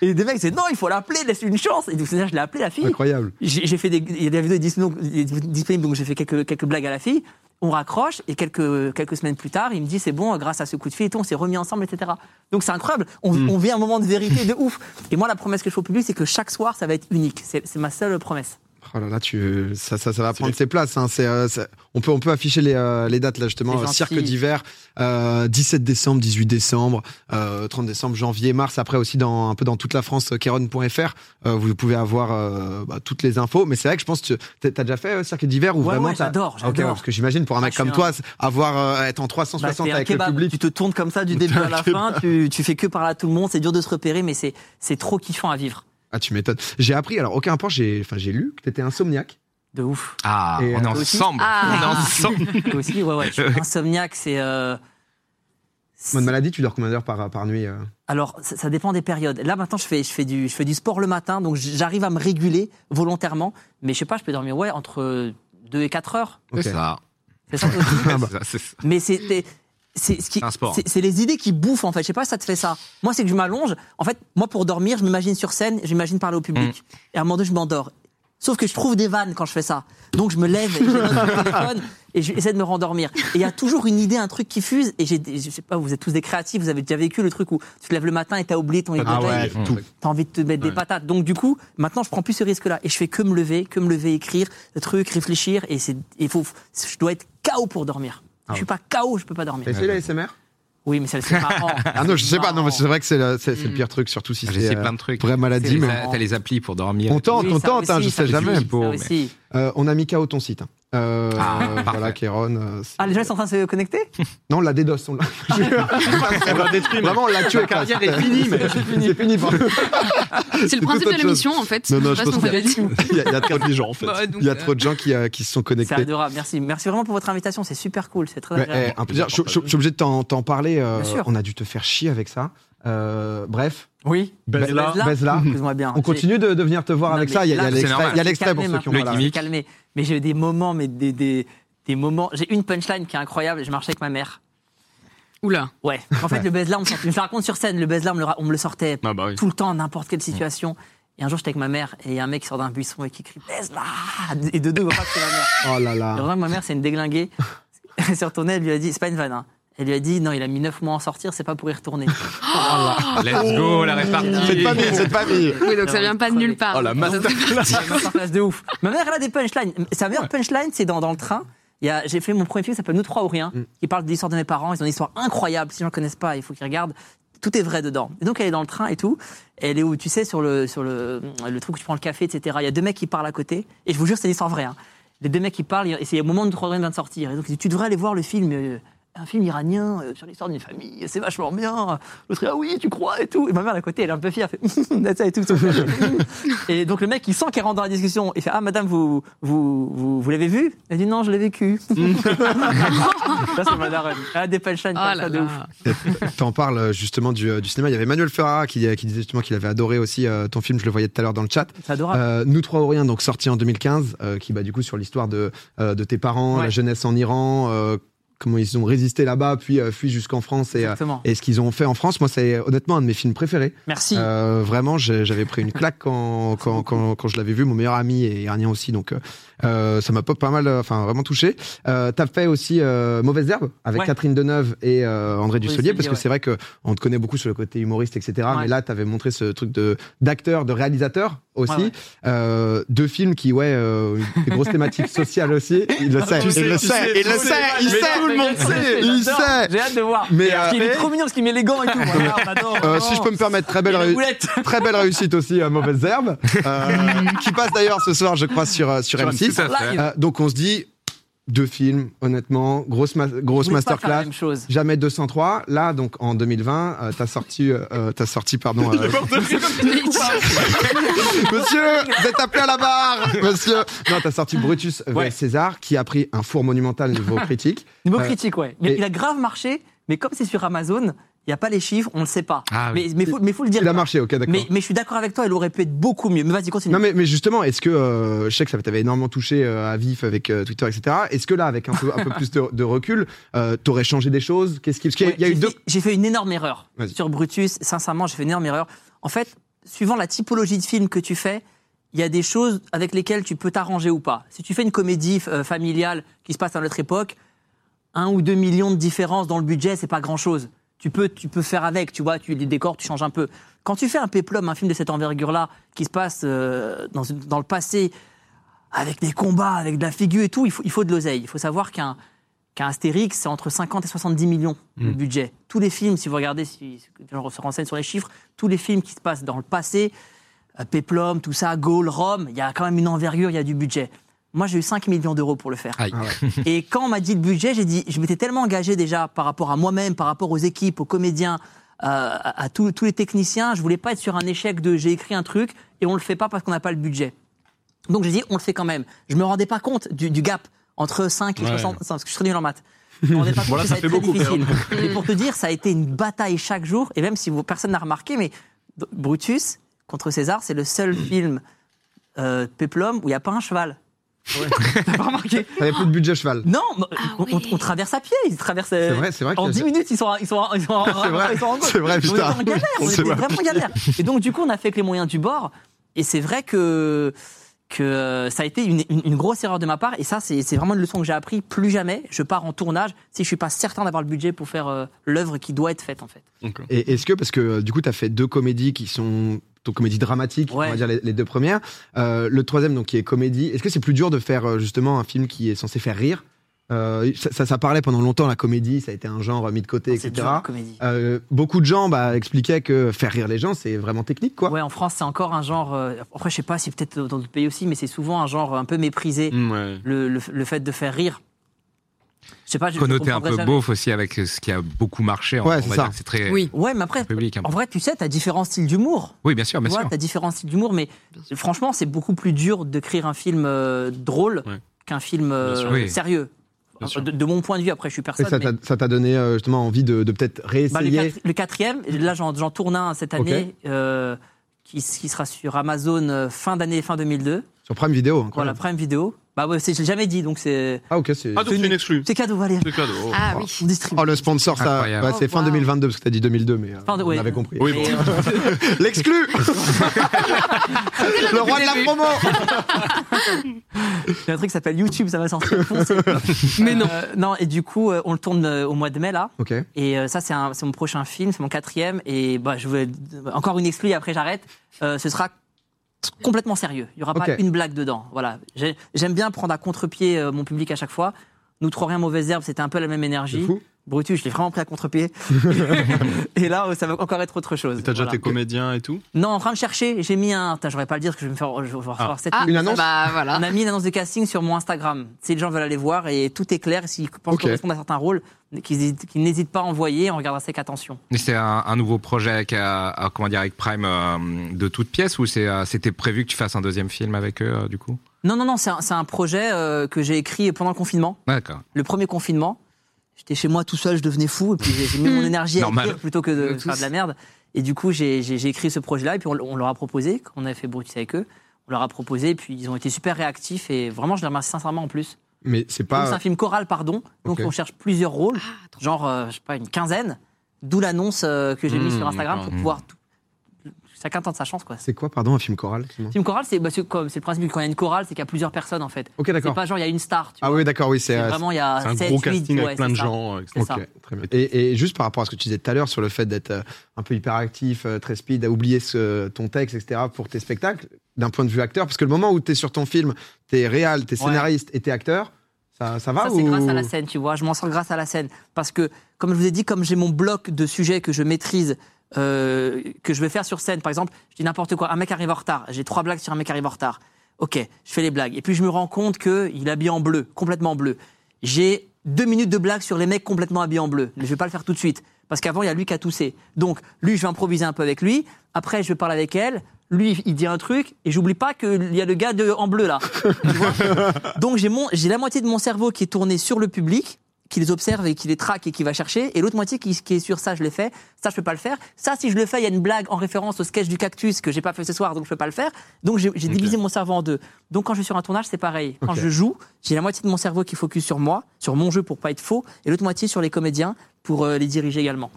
S2: Et des mecs disaient non, il faut l'appeler, laisse une chance. Et donc c'est là, je l'ai appelé la fille.
S1: Incroyable.
S2: J'ai j'ai fait des, il y a des vidéos dis- donc, disponibles, donc j'ai fait quelques, quelques blagues à la fille. On raccroche et quelques, quelques semaines plus tard, il me dit c'est bon, grâce à ce coup de fil et tout, on s'est remis ensemble, etc. Donc c'est incroyable. On,
S1: Hmm.
S2: on vit un moment de vérité de ouf. Et moi, la promesse que je fais au public, c'est que chaque soir, ça va être unique. C'est c'est ma seule promesse.
S1: Oh là là, tu, ça, ça, ça va
S3: C'est
S1: prendre
S3: les-
S1: ses places. hein. C'est, euh, c'est- on, peut, on peut afficher les, euh, les dates là justement.
S2: C'est
S1: Euh, Cirque
S2: gentil.
S1: d'hiver, euh, 17 décembre, 18 décembre, euh, 30 décembre, janvier, mars. Après aussi dans un peu dans toute la France, euh, keron.fr. euh, vous pouvez avoir euh, bah, toutes les infos. Mais c'est vrai que je pense que tu as déjà fait euh, Cirque d'hiver ou
S2: Ouais,
S1: vraiment
S2: ouais,
S1: t'as- Ah,
S2: j'adore,
S1: ok, ouais,
S2: j'adore.
S1: parce que j'imagine pour un mec
S2: Ah, je
S1: comme
S2: suis
S1: toi, c'est- avoir euh, être en
S2: Bah,
S1: 360
S2: c'est un
S1: avec le
S2: kebab.
S1: public.
S2: Tu te tournes comme ça du début à la fin, tu, tu fais que parler à tout le monde, c'est dur de se repérer, mais c'est c'est trop kiffant à vivre.
S1: Ah, tu m'étonnes. J'ai appris. Alors aucun rapport. J'ai, enfin, j'ai lu que t'étais insomniaque.
S2: De ouf.
S4: Ah,
S1: Et,
S4: on est
S1: euh,
S4: ensemble.
S5: Ah.
S4: On est ensemble.
S2: Toi aussi, ouais, ouais. je suis Insomniaque, c'est. euh,
S1: Mode maladie, tu dors combien d'heures par, par nuit euh
S2: Alors, ça, ça dépend des périodes. Là, maintenant, je fais, je fais, du, je fais du sport le matin, donc j'arrive à me réguler volontairement. Mais je sais pas, je peux dormir, ouais, entre 2 et 4 heures.
S1: Ok.
S4: C'est ça.
S2: C'est ça aussi.
S1: Ah bah.
S4: C'est ça, c'est ça.
S2: Mais c'est des- c'est ce qui-
S4: Un sport.
S2: c'est- c'est les idées qui bouffent en fait. Je sais pas si ça te fait ça. Moi, c'est que je m'allonge. En fait, moi pour dormir, je m'imagine sur scène, j'imagine parler au public. Et à un moment donné, je m'endors. Sauf que je trouve des vannes quand je fais ça. Donc je me lève, et je note mon téléphone et j'essaie de me rendormir. Et il y a toujours une idée, un truc qui fuse. Et j'ai, des- je sais pas, vous êtes tous des créatifs, vous avez déjà vécu le truc où tu te lèves le matin et t'as oublié ton idée.
S1: Ah
S2: de veille
S1: ouais, tout.
S2: t'as envie de te mettre des
S3: Ouais.
S2: patates. Donc du coup, maintenant, je prends plus ce risque-là et je fais que me lever, que me lever, écrire, des trucs, réfléchir. Et c'est, il faut, je dois être KO pour dormir.
S1: Ah
S2: je suis pas KO, je peux pas dormir.
S1: T'as essayé la SMR
S2: Oui, mais ça, c'est marrant.
S1: Ah non, je sais pas. Non, mais c'est
S2: marrant.
S1: vrai que c'est la- c'est- c'est
S2: Mm.
S1: le pire truc, surtout si
S4: J'ai
S1: c'est
S4: essayé
S1: euh,
S4: plein de trucs.
S1: vraie maladie.
S2: C'est
S1: Mais
S2: vrai.
S4: T'as t'as les applis pour dormir.
S1: on tente,
S2: Oui,
S1: on
S2: ça
S1: tente. hein,
S2: aussi,
S1: je
S2: ça
S1: sais jamais.
S2: aussi, ça aussi.
S1: Euh, on a mis KO ton site. hein. Euh,
S4: Ah,
S1: voilà,
S4: parfait.
S1: Kéron. euh, c'est-
S2: Ah, les gens ils sont en train de se connecter
S1: non, on l'a dédosse. On l'a Eh
S3: On l'a détruit, mais-
S1: vraiment, on ben, l'a tué.
S3: La carrière est finie, mais-
S1: c'est fini. C'est fini. pour-
S5: Ah, C'est le
S1: tout
S5: principe
S1: autre
S5: de
S1: chose.
S5: l'émission, en fait.
S1: Non, non,
S5: Je
S1: je
S5: sais pas
S1: pense
S5: ce qu'on
S1: que-
S5: avait dit.
S1: Il y a, il y a trop de gens en fait.
S5: Bah, donc,
S1: Il y a
S5: euh,
S1: trop de gens qui, euh, qui se sont
S2: C'est
S1: connectés.
S2: adorable, merci. Merci vraiment pour votre invitation, c'est super cool, c'est très
S1: Ouais,
S2: agréable.
S1: eh, un plaisir. Je je- je suis obligé de t'en t'en parler. euh,
S2: Bien sûr.
S1: on a dû te faire chier avec ça. Euh, bref,
S2: Oui,
S3: Bezla.
S2: Bezla.
S1: Bezla.
S2: excuse-moi bien.
S1: on continue de, de venir te voir
S2: Non,
S1: avec
S2: mais
S1: ça. Il y a-
S2: là,
S1: il y a
S2: c'est
S1: l'extrait-
S4: normal.
S1: il y a l'extrait pour
S2: calmé
S1: ceux qui ont hein.
S4: Le
S1: voilà.
S2: maintenant,
S4: gimmick.
S2: c'est calmé. Mais j'ai eu des moments, mais des, des, des moments. J'ai une punchline qui est incroyable. Je marchais avec ma mère.
S5: Oula.
S2: Ouais. En fait, le baise-là, on me sortait. Je le raconte sur scène. Le baise-là, on, me le ra- on me le sortait
S3: Ah bah oui.
S2: tout le temps, n'importe quelle situation. Et un jour, j'étais avec ma mère et il y a un mec qui sort d'un buisson et qui crie baise-là. Et de deux, il voit pas que c'est ma mère.
S1: Oh là
S2: Et
S1: là.
S2: heureusement que ma mère, c'est une déglinguée. Elle s'est retournée, elle lui a dit, c'est pas une vanne. hein. Elle lui a dit, non, il a mis neuf mois à en sortir, c'est pas pour y retourner.
S1: Ah,
S4: Let's
S1: oh,
S4: go, la
S1: Cette
S4: répartie.
S1: famille, cette famille.
S5: Oh, Oui, donc ça vient pas de nulle part.
S3: Oh la masterclass
S2: Elle m'a fait place de ouf. Ma mère, elle a des punchlines. Sa meilleure punchline, c'est dans, dans le train. Il y a- J'ai fait mon premier film qui s'appelle Nous trois ou rien,
S5: Mm.
S2: qui parle de l'histoire de mes parents. Ils ont une histoire incroyable. Si je ne connaissent pas, il faut qu'ils regardent. Tout est vrai dedans. Et donc, elle est dans le train et tout. Elle est où, tu sais, sur le, sur le, le truc où tu prends le café, etc. Il y a deux mecs qui parlent à côté. Et je vous jure, c'est une histoire vraie. hein. Les deux mecs qui parlent, et c'est au moment où Nous trois ou rien vient de sortir. Et donc, ils disent, tu devrais aller voir le film. euh, un film iranien euh, sur l'histoire d'une famille, c'est vachement bien. L'autre, ah oui, tu crois et tout. Et ma mère à côté, elle est un peu fière, elle fait, That's it, et tout. Et donc le mec, il sent qu'elle rentre dans la discussion. Il fait Ah, madame, vous, vous, vous, vous l'avez vu Elle dit Non, je l'ai vécu. ça, c'est ma daronne. Elle a des punchlines
S5: Oh
S2: comme
S5: là
S2: ça de ouf.
S5: là.
S1: T'en parles euh, justement du, euh, du cinéma. Il y avait Manuel Ferrara qui, euh, qui disait justement qu'il avait adoré aussi euh, ton film. Je le voyais tout à l'heure dans le chat.
S2: C'est adorable.
S1: Euh, Nous trois ou rien, donc sorti en 2015, euh, qui bat du coup sur l'histoire de, euh, de tes parents,
S2: Ouais.
S1: la jeunesse en Iran, euh, comment ils ont résisté là-bas, puis euh, fui jusqu'en France et, euh,
S2: Exactement.
S1: et ce qu'ils ont fait en France. Moi, c'est honnêtement un de mes films préférés.
S2: Merci.
S1: Euh, vraiment, j'ai- j'avais pris une claque quand, quand, quand, quand je l'avais vu. Mon meilleur ami est iranien aussi, donc euh, euh, ça m'a pas pas mal, euh, enfin vraiment touché. Euh, T'as fait aussi euh, Mauvaise Herbe avec
S2: Ouais.
S1: Catherine Deneuve et euh, André Dusselier,
S2: Dusselier,
S1: parce que
S2: ouais.
S1: c'est vrai que on te connaît beaucoup sur le côté humoriste, etc.
S2: Ouais.
S1: Mais là, t'avais montré ce truc de d'acteur, de réalisateur aussi.
S2: Ouais, ouais.
S1: Euh, deux films qui, ouais, euh, des grosses thématiques sociales aussi. Il le sait,
S3: Tu sais,
S1: il le
S3: tu
S1: sait,
S3: sais,
S1: il le
S3: tout le
S1: sait, il sait.
S3: monde sait. Tout le monde sait,
S1: il
S2: J'adore.
S1: sait.
S2: J'ai hâte de voir.
S1: Mais,
S2: Mais, il
S1: euh,
S2: est trop mignon parce qu'il met élégant et tout. Voilà, on adore,
S1: Euh,
S2: vraiment.
S1: si je peux me permettre, très belle
S2: Et la
S1: réussite.
S2: boulette.
S1: Très belle réussite aussi à Mauvaise Herbe, euh, qui passe d'ailleurs ce soir, je crois, sur, euh, sur
S4: Sur
S1: M6.
S4: M6, à fait.
S2: Live.
S1: Euh, donc on se dit, deux films, honnêtement, grosse, ma-
S2: Je
S1: grosse
S2: voulais pas faire la
S1: masterclass.
S2: même chose.
S1: Jamais 203. Là, donc en 2020, euh, t'as sorti, euh, t'as sorti, pardon, euh, monsieur, vous êtes appelé à la barre, monsieur. Non, t'as sorti Brutus vs
S2: Ouais.
S1: César, qui a pris un four monumental niveau critique.
S2: Niveau
S1: Euh,
S2: critique, ouais. Mais
S1: et-
S2: il a grave marché, mais comme c'est sur Amazon, il n'y a pas les chiffres, on ne le sait pas.
S4: Ah
S2: mais,
S4: oui.
S2: mais, faut, mais faut le dire.
S1: Il a marché, ok, d'accord.
S2: Mais, mais je suis d'accord avec toi, il aurait pu être beaucoup mieux. Mais vas-y, continue.
S1: Non mais, mais justement, est-ce que euh, je sais que ça t'avait énormément touché euh, à vif avec euh, Twitter, etc. Est-ce que là, avec un peu, un peu plus de, de recul, euh, t'aurais changé des choses Qu'est-ce qui parce qu'il y a-
S2: Ouais,
S1: il y a eu
S2: j'ai
S1: deux
S2: fait- J'ai fait une énorme erreur
S1: Vas-y.
S2: sur Brutus. Sincèrement, j'ai fait une énorme erreur. En fait, suivant la typologie de film que tu fais, il y a des choses avec lesquelles tu peux t'arranger ou pas. Si tu fais une comédie euh, familiale qui se passe à notre époque, un ou deux millions de différence dans le budget, c'est pas grand-chose. Tu peux, tu peux faire avec, tu vois, tu les décors, tu changes un peu. Quand tu fais un péplum, un film de cette envergure-là, qui se passe euh, dans, dans le passé, avec des combats, avec de la figure et tout, il faut, il faut de l'oseille. Il faut savoir qu'un qu'un Astérix, c'est entre 50 et 70 millions le
S3: Mm.
S2: budget. Tous les films, si vous regardez, si si les gens se renseignent sur les chiffres, tous les films qui se passent dans le passé, euh, Péplum, tout ça, Gaulle, Rome, il y a quand même une envergure, il y a du budget. Moi, j'ai eu 5 millions d'euros pour le faire.
S4: Aïe.
S1: Ah ouais.
S2: Et quand on m'a dit le budget, j'ai dit, je m'étais tellement engagé déjà par rapport à moi-même, par rapport aux équipes, aux comédiens, euh, à, à tous- tous les techniciens. Je voulais pas être sur un échec de j'ai écrit un truc et on le fait pas parce qu'on n'a pas le budget. Donc j'ai dit, on le fait quand même. Je me rendais pas compte du, du gap entre 5 et
S3: Ouais.
S2: 60, parce que je suis très nul en maths. Je me rendais pas compte
S3: Voilà,
S2: que
S3: ça
S2: allait
S3: fait
S2: être très
S3: beaucoup, quand
S2: difficile. Et pour te dire, ça a été une bataille chaque jour. Et même si vous, personne n'a remarqué, mais Brutus contre César, c'est le seul
S1: Mm.
S2: film euh, Peplum où il n'y a pas un cheval. T'as pas remarqué
S1: T'avais plus de
S2: ah,
S1: budget cheval.
S2: non, mais on,
S5: oui.
S2: on traverse à pied, ils traversent.
S1: Ah
S2: euh,
S1: C'est vrai, c'est vrai.
S2: En
S1: que-
S2: 10 minutes, ils sont, ils sont, ils sont,
S1: C'est vrai,
S2: ils sont en gauche.
S1: c'est vrai,
S2: on était
S1: Ah, putain.
S2: en galère, on
S1: On
S2: était
S1: s'est mal
S2: vraiment en galère. Et donc, du coup, on a fait avec les moyens du bord. Et c'est vrai que, que euh, ça a été une, une- une grosse erreur de ma part. Et ça, c'est c'est vraiment une leçon que j'ai appris. Plus jamais, je pars en tournage si je suis pas certain d'avoir le budget pour faire euh, l'œuvre qui doit être faite, en fait.
S3: Donc, euh,
S1: Et est-ce que, parce que euh, du coup, tu as fait deux comédies qui sont donc, comédies dramatiques,
S2: Ouais.
S1: on va dire les, les deux premières. Euh, le troisième, donc, qui est comédie. Est-ce que c'est plus dur de faire euh, justement un film qui est censé faire rire Euh, ça, ça, ça parlait pendant longtemps, la comédie, ça a été un genre mis de côté,
S2: Ah, C'est
S1: etc.
S2: dur, la comédie.
S1: Euh, beaucoup de gens bah, expliquaient que faire rire les gens, c'est vraiment technique, quoi.
S2: Ouais, en France, c'est encore un genre. euh, après, je sais pas si peut-être dans d'autres pays aussi, mais c'est souvent un genre un peu méprisé.
S3: mm, ouais.
S2: le, le- le fait de faire rire. Je sais pas, je, je
S4: Connoté un
S2: comprendrais
S4: peu
S2: jamais.
S4: beauf aussi avec euh, ce qui a beaucoup marché. on-
S1: Ouais,
S4: on
S1: c'est
S4: va
S1: ça.
S4: dire que C'est très
S5: Oui.
S2: Ouais, mais après,
S4: public. un
S2: en
S4: peu.
S2: vrai, tu sais, t'as différents styles d'humour.
S4: Oui, bien sûr,
S2: Tu
S4: bien
S2: vois,
S4: sûr.
S2: t'as différents styles d'humour, mais franchement, c'est beaucoup plus dur d'écrire un film euh, drôle
S3: Ouais.
S2: qu'un film euh,
S3: Bien sûr.
S4: Oui.
S2: sérieux.
S3: Bien sûr.
S2: De, de mon point de vue, après, je suis
S1: Et
S2: personne.
S1: ça
S2: mais-
S1: t'a- ça t'a donné euh, justement envie de, de peut-être
S2: Bah, le,
S1: réessayer.
S2: quatri- le quatrième, là j'en j'en tourne un cette année, euh, qui, s- qui sera sur Amazon euh, fin d'année, fin 2002,
S1: Sur Prime Vidéo,
S2: pour la
S1: incroyable.
S2: prime vidéo. Bah ouais, c'est- je l'ai jamais dit, donc c'est
S1: Ah, ok, c'est.
S3: Ah, donc c'est une exclue.
S2: c'est cadeau, Valérie.
S3: C'est cadeau.
S5: Ah oui.
S2: On distribue.
S1: Oh, le sponsor, ça.
S4: Incroyable.
S1: bah, c'est
S2: Oh,
S1: fin
S2: wow.
S1: 2022, parce que t'as dit 2002, mais euh,
S2: Fin de-
S1: on
S2: ouais.
S1: avait compris.
S3: Oui, bon.
S2: Et, euh,
S1: L'exclu Le roi de la promo
S2: Il y a un truc qui s'appelle YouTube, ça va sortir au fond.
S5: Mais non.
S2: non, et du coup, euh, on le tourne euh, au mois de mai, là.
S1: Ok.
S2: Et euh, ça, c'est un- c'est mon prochain film, c'est mon quatrième. Et bah, je veux encore une exclue, après j'arrête. Euh, ce sera complètement sérieux. Il n'y aura pas
S1: Ok.
S2: une blague dedans. Voilà. J'ai- J'aime bien prendre à contre-pied euh, mon public à chaque fois. Nous trois rien mauvaise herbe, c'était un peu la même
S1: C'est
S2: énergie.
S1: fou.
S2: Brutus, je l'ai vraiment pris à contre-pied. et là, euh, ça va encore être autre chose.
S3: Et T'as déjà
S2: Voilà.
S3: tes comédiens et tout
S2: Non, en train de chercher, j'ai mis un. Putain, j'aurais pas à le dire parce que je vais me faire. Je vais recevoir
S3: Ah.
S2: cette
S5: Ah,
S1: Une annonce
S5: Bah voilà.
S2: on a mis une annonce de casting sur mon Instagram. Si les gens veulent aller voir et tout est clair, s'ils pensent
S1: Ok.
S2: qu'on correspond à certains rôles, qu'ils hésitent- qu'ils n'hésitent pas à envoyer, on regardera ça avec attention.
S4: Mais C'est un, un nouveau projet avec, euh, euh, comment dire, avec Prime euh, de toute pièce ou c'est, euh, c'était prévu que tu fasses un deuxième film avec eux euh, du coup
S2: Non, non, non, c'est un, c'est un projet euh, que j'ai écrit pendant le confinement,
S4: D'accord.
S2: le premier confinement. J'étais chez moi tout seul, je devenais fou, et puis j'ai j'ai mis mon énergie à
S4: Normal.
S2: écrire plutôt que de
S4: Nous
S2: faire
S4: tous.
S2: de la merde. Et du coup, j'ai j'ai- j'ai écrit ce projet-là, et puis on, on leur a proposé, quand on avait fait Brutus avec eux, on leur a proposé, et puis ils ont été super réactifs, et vraiment, je les remercie sincèrement en plus.
S1: Mais c'est
S2: Comme
S3: euh,
S2: C'est
S1: pas.
S2: un film choral, pardon, donc
S1: Ok.
S2: on cherche plusieurs rôles.
S5: Ah, trop-
S2: genre, euh, je sais pas, une quinzaine, d'où l'annonce euh, que j'ai
S3: Mmh,
S2: mise sur Instagram pour
S3: d'accord.
S2: pouvoir. tout- chacun tente sa chance, quoi.
S1: C'est quoi, pardon, un film choral excuse-moi
S2: Film chorale, c'est bah, c'est comme- c'est le principe que quand il y a une chorale, c'est qu'il y a plusieurs personnes, en fait.
S1: Ok,
S2: C'est
S1: d'accord.
S2: pas genre, il y a une star, tu
S1: Ah
S2: vois.
S1: oui, d'accord, oui, c'est.
S2: Ah, C'est
S1: euh,
S2: vraiment, il y a
S3: C'est un
S2: 7,
S3: gros
S2: 8,
S3: casting
S2: ouais,
S3: avec plein de
S2: c'est ça.
S3: gens. euh,
S2: C'est
S1: Ok,
S2: ça.
S1: très bien. Et, et juste par rapport à ce que tu disais tout à l'heure sur le fait d'être euh, un peu hyperactif, euh, très speed, à oublier ce- ton texte, etc. pour tes spectacles, d'un point de vue acteur, parce que le moment où tu es sur ton film, tu es réal, tu es
S2: Ouais.
S1: scénariste et tu es acteur, ça, ça va
S2: Ça,
S1: ou...
S2: c'est grâce à la scène, tu vois. Je m'en sors grâce à la scène. Parce que, comme je vous ai dit, comme j'ai mon bloc de sujets que je maîtrise, euh, que je vais faire sur scène, par exemple, je dis n'importe quoi. Un mec arrive en retard. J'ai trois blagues sur un mec arrive en retard. Ok, je fais les blagues. Et puis, je me rends compte qu'il est habillé en bleu, complètement bleu. J'ai deux minutes de blagues sur les mecs complètement habillés en bleu. Mais je vais pas le faire tout de suite. Parce qu'avant, il y a lui qui a toussé. Donc, lui, je vais improviser un peu avec lui. Après, je parle avec elle. Lui, il dit un truc. Et j'oublie pas qu'il y a le gars de, en bleu, là. Donc j'ai mon- j'ai la moitié de mon cerveau qui est tourné sur le public, qui les observe et qui les traque et qui va chercher, et l'autre moitié qui, qui est sur ça, je l'ai fait, ça je peux pas le faire, ça si je le fais, il y a une blague en référence au sketch du cactus que j'ai pas fait ce soir, donc je peux pas le faire. Donc j'ai j'ai divisé mon cerveau en deux. Donc quand je suis sur un tournage, c'est pareil. Quand
S1: Ok.
S2: je joue, j'ai la moitié de mon cerveau qui focus sur moi, sur mon jeu pour pas être faux, et l'autre moitié sur les comédiens pour euh, les diriger également.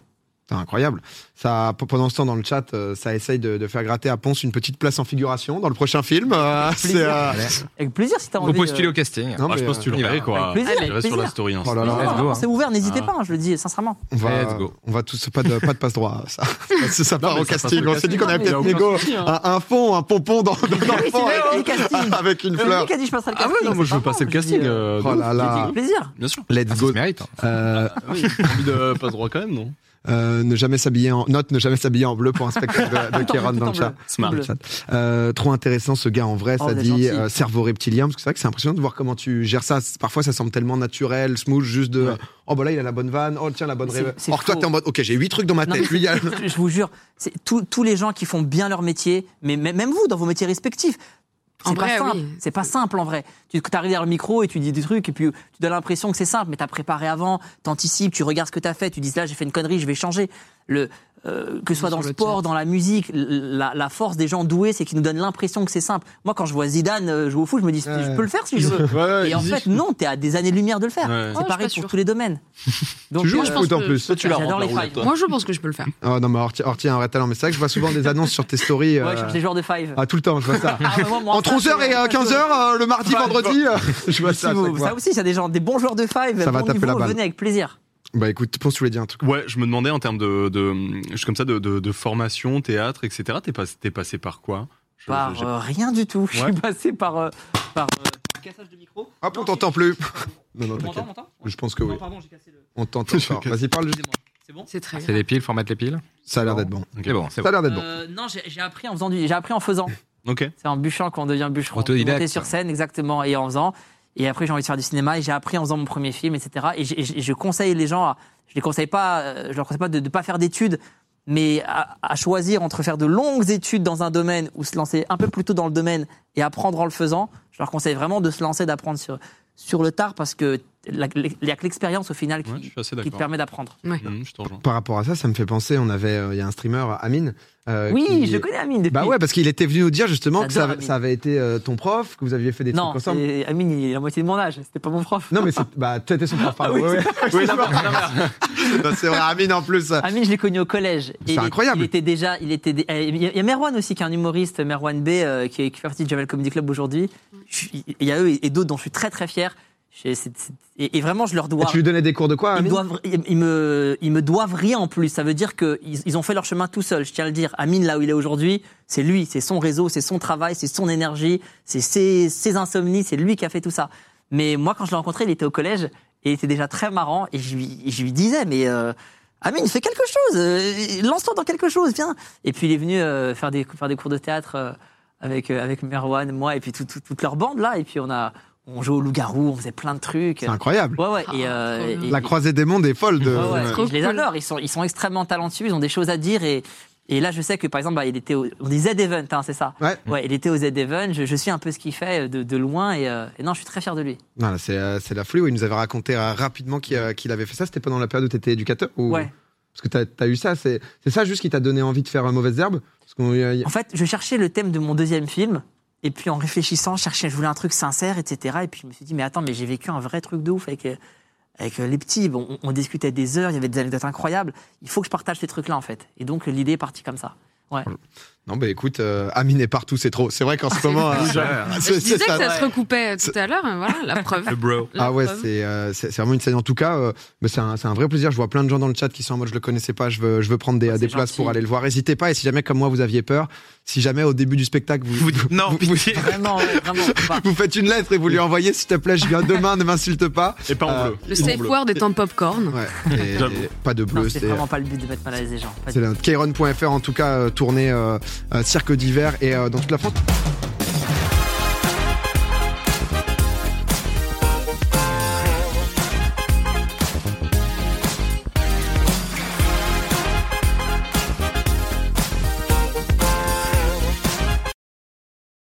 S1: C'est incroyable. Ça, p- pendant ce temps, dans le chat, euh, ça essaye de, de faire gratter à Ponce une petite place en figuration dans le prochain film. Euh, c'est, euh,
S2: Avec plaisir si t'as envie.
S4: Vous postulez
S2: euh,
S4: au casting.
S1: non,
S3: Ah, je
S1: mais,
S3: pense que tu
S1: euh,
S3: le verrais, quoi.
S2: Avec plaisir,
S3: Je verrais
S2: avec
S3: sur la
S2: plaisir.
S3: story Insta.
S1: Oh là là.
S2: non,
S4: Let's
S2: non,
S4: go, hein.
S2: C'est ouvert, n'hésitez
S3: Ah.
S2: pas, hein, je le dis sincèrement.
S1: on va,
S4: Let's go.
S1: on va tous pas de pas de passe droit. Ça, ça, ça part
S3: mais
S1: au
S3: ça passe au
S1: casting. On s'est dit
S3: casting.
S1: qu'on avait
S3: Non,
S1: peut-être
S3: mais il y a aucun
S1: négo
S3: souci, hein.
S1: un, un fond, un pompon dans, dans le fond
S2: vrai,
S1: avec-
S2: le casting.
S1: avec une
S2: Le mec
S1: fleur.
S2: a dit je passerai le
S3: Ah ouais,
S2: casting.
S3: non, moi
S2: c'est
S3: je veux
S2: pas
S3: passer le
S2: moi, je dis,
S3: casting.
S2: euh,
S3: euh,
S1: Oh
S3: de
S1: là
S3: ouf.
S1: là.
S2: Avec plaisir.
S3: Bien sûr.
S1: Let's
S4: Ah, ça
S1: go.
S4: se mérite. hein.
S1: Euh,
S3: Oui, envie de passe droit quand même, non
S1: euh, ne jamais s'habiller en note, ne jamais s'habiller en bleu pour un spectacle de, de
S2: Tout en-
S1: Kéron
S2: tout
S1: dans
S2: en
S1: le chat.
S2: bleu.
S3: Smart.
S2: Tout en bleu.
S1: Euh, trop intéressant ce gars en vrai,
S2: Oh,
S1: ça
S2: vous êtes
S1: dit
S2: gentil.
S1: euh, cerveau reptilien, parce que c'est vrai que c'est impressionnant de voir comment tu gères ça. C'est- Parfois ça semble tellement naturel, smooth, juste de oh bah là il a la bonne vanne, oh tiens la bonne
S2: C'est-
S1: rêve.
S2: c'est
S1: Or toi
S2: faux.
S1: t'es en mode ok j'ai huit trucs dans ma
S2: Non,
S1: tête,
S2: mais
S1: lui il y a-
S2: je vous jure, c'est tous- tous les gens qui font bien leur métier, mais mê- même vous dans vos métiers respectifs.
S5: En
S2: C'est pas
S5: vrai,
S2: simple.
S5: oui.
S2: C'est pas simple en vrai. Tu arrives derrière le micro et tu dis des trucs et puis tu donnes l'impression que c'est simple, mais t'as préparé avant, t'anticipes, tu regardes ce que t'as fait, tu dis là j'ai fait une connerie, je vais changer. Le euh, que ce soit
S5: Sur
S2: dans le
S5: le
S2: sport, dans la musique, l- la, la force des gens doués, c'est qu'ils nous donnent l'impression que c'est simple. Moi, quand je vois Zidane euh, jouer au foot, je me dis
S1: Ouais.
S2: je peux le faire si je veux.
S3: Ouais,
S2: Et en
S3: easy.
S2: fait, non, t'es à des années-lumière de le faire.
S3: Ouais.
S2: C'est
S5: Oh, je suis
S2: pareil pour
S5: pas sûre.
S2: tous les domaines. Donc,
S1: tu joues
S5: moi,
S1: au
S5: je
S2: euh,
S5: pense
S1: foot en
S5: que-
S1: plus.
S3: Toi, tu la
S2: J'adore
S3: rentres la
S2: les
S3: roulette,
S2: failles.
S3: toi.
S5: Moi, je pense que je peux le faire.
S1: Oh non mais Orti Orti a un vrai talent, mais c'est vrai que je vois souvent des annonces sur tes stories.
S2: ouais,
S1: euh,
S2: je cherche les joueurs de five.
S1: ah, tout le temps je vois ça.
S2: Ah, vraiment, moi,
S1: Entre
S2: ça,
S1: 11h
S2: c'est-
S1: et euh, 15h le mardi,
S2: Bah,
S1: vendredi, euh, je vois
S2: Si
S1: ça. à chaque
S2: vous-
S1: fois.
S2: ça aussi, il y a des gens, des bons joueurs de five.
S1: Ça va
S2: bon
S1: taper
S2: niveau,
S1: la balle.
S2: Venez avec plaisir.
S1: Bah écoute, pense tu voulais dire un truc.
S3: Ouais, je me demandais en termes de, de, je suis comme ça, de, de, de formation, théâtre, etc. T'es pas, t'es passé par quoi Je-
S2: Par
S3: j'ai-
S2: euh, rien du tout. Je
S3: Ouais.
S2: suis passé par. euh, par euh, cassage de micro.
S1: Hop on
S2: Non,
S1: t'entend plus. Non non
S2: tu
S1: t'inquiète.
S2: m'entends, m'entends
S1: Je pense que oui.
S2: Non, pardon, j'ai cassé le.
S1: On t'entend. encore. Vas-y parle.
S2: Excusez-moi. C'est bon
S5: C'est très
S4: C'est
S5: bien.
S4: les piles, faut remettre les piles.
S1: Ça a l'air d'être bon.
S4: C'est bon, c'est
S1: Ça
S4: bon.
S1: a l'air d'être bon.
S2: Euh, Non, j'ai j'ai appris en faisant du. J'ai appris en faisant.
S3: Ok.
S2: C'est en bûchant qu'on devient bûcheron.
S4: Autodidacte.
S2: Monter sur scène, exactement, et en faisant. Et après, j'ai envie de faire du cinéma et j'ai appris en faisant mon premier film, etc. Et j'ai- j'ai- je conseille les gens, à- je les conseille pas, euh, je leur conseille pas de ne pas faire d'études, mais à, à choisir entre faire de longues études dans un domaine ou se lancer un peu plus tôt dans le domaine et apprendre en le faisant. Je leur conseille vraiment de se lancer, d'apprendre sur, sur le tard parce que la- il n'y a que l'expérience au final qui,
S3: Ouais, je suis assez
S2: qui te
S3: d'accord.
S2: permet d'apprendre.
S3: Mmh, je te rejoins.
S1: Par rapport à ça, ça me fait penser, on avait, euh, il y a un streamer, Amine. euh,
S2: Oui,
S1: qui-
S2: je connais Amine depuis.
S1: Bah ouais, parce qu'il était venu nous dire justement que ça,
S2: J'adore Amine.
S1: ça avait été euh, ton prof, que vous aviez fait des
S2: non,
S1: trucs ensemble.
S2: c'est- Amine, il est la moitié de mon âge, c'était pas mon prof.
S1: Non mais c'est, bah t'étais son prof. pardon.
S2: oui,
S1: Ouais, ouais. Oui, c'est vrai. Non, c'est vrai, Amine en plus.
S2: Amine, Ah, je l'ai connu au collège.
S1: C'est
S2: Et il est-
S1: incroyable.
S2: Il était déjà, il était. dé- euh, Il y a- il y a Merwan aussi, qui est un humoriste, Merwan B, euh, qui, qui fait partie du Javel Comedy Club aujourd'hui. Je suis- Il y a eux et, et d'autres dont je suis très très fier. Je- c'est- c'est- et, et vraiment, je leur
S1: Et
S2: dois.
S1: tu lui donnais des cours de quoi,
S2: Ils me,
S1: Amine
S2: doivent, Ah, ils, ils me, ils me doivent rien en plus. Ça veut dire qu'ils ils ont fait leur chemin tout seuls. Je tiens à le dire. Amine, là où il est aujourd'hui, c'est lui, c'est son réseau, c'est son travail, c'est son énergie, c'est ses, ses insomnies, c'est lui qui a fait tout ça. Mais moi, quand je l'ai rencontré, il était au collège et il était déjà très marrant. Et je lui, je lui disais, mais euh, Amine, fais quelque chose, euh, lance-toi dans quelque chose, viens. Et puis il est venu euh, faire, des, faire des cours de théâtre euh, avec, euh, avec Merwan, moi, et puis tout- tout- toute leur bande là. Et puis on a. On jouait au loup-garou, on faisait plein de trucs.
S1: C'est incroyable.
S2: Ouais, ouais. Et,
S5: Ah,
S2: euh,
S5: trop bien.
S2: et-
S1: La croisée des mondes est folle de.
S2: Ouais, ouais,
S5: Trop
S2: je les
S5: cool.
S2: adore, ils sont, ils sont extrêmement talentueux, ils ont des choses à dire. Et, et là, je sais que par exemple, bah, il était au, on dit Z-Event, hein, c'est ça
S1: Ouais.
S2: Ouais, il était au Z-Event, je, je suis un peu ce qu'il fait de, de loin et, euh, et non, je suis très fier de lui.
S1: Non, là, c'est, euh, c'est la folie. où Il nous avait raconté euh, rapidement qu'il, euh, qu'il avait fait ça. C'était pendant la période où t'étais éducateur ou...
S2: Ouais.
S1: Parce que t'as, t'as eu ça. C'est, c'est ça juste qui t'a donné envie de faire euh, mauvaise herbe. Parce qu'on, y a- y a-
S2: En fait, je cherchais le thème de mon deuxième film. Et puis en réfléchissant, je cherchais, je voulais un truc sincère, etc. Et puis je me suis dit, mais attends, mais j'ai vécu un vrai truc de ouf avec, euh, avec euh, les petits. Bon, on, on discutait des heures, il y avait des anecdotes incroyables. Il faut que je partage ces trucs-là, en fait. Et donc l'idée est partie comme ça.
S1: Non, bah écoute, euh, Amine est partout, c'est trop. C'est vrai qu'en ce moment. euh,
S5: Je
S1: c'est-
S5: disais
S1: c'est
S5: que
S1: ça.
S5: ça se recoupait tout à l'heure, hein, voilà la preuve.
S4: Le bro.
S5: La
S1: Ah ouais,
S5: preuve.
S1: c'est euh, c'est c'est vraiment une scène. En tout cas, euh, mais c'est un, c'est un vrai plaisir. Je vois plein de gens dans le chat qui sont en mode je le connaissais pas, je veux, je veux prendre des, euh,
S2: Ah,
S1: des
S2: c'est
S1: places pour
S2: gentil.
S1: aller le voir. N'hésitez pas. Et si jamais, comme moi, vous aviez peur, si jamais au début du spectacle, vous,
S4: Vous dites non, pitié.
S2: Vraiment, ouais, vraiment. faut pas.
S1: vous faites une lettre et vous lui envoyez s'il te plaît, je viens demain, ne m'insulte pas.
S3: Et pas en
S1: Euh,
S3: bleu.
S5: Le safe word étant popcorn.
S1: Ouais, et- et
S3: J'avoue.
S1: pas de
S2: Non,
S1: bleu,
S2: c'est
S1: c'est.
S2: vraiment pas le but de mettre mal à l'aise les gens. Pas du
S1: C'est là. Kairon.fr en tout cas, euh, tournée euh, euh, cirque d'hiver et euh, dans toute la France.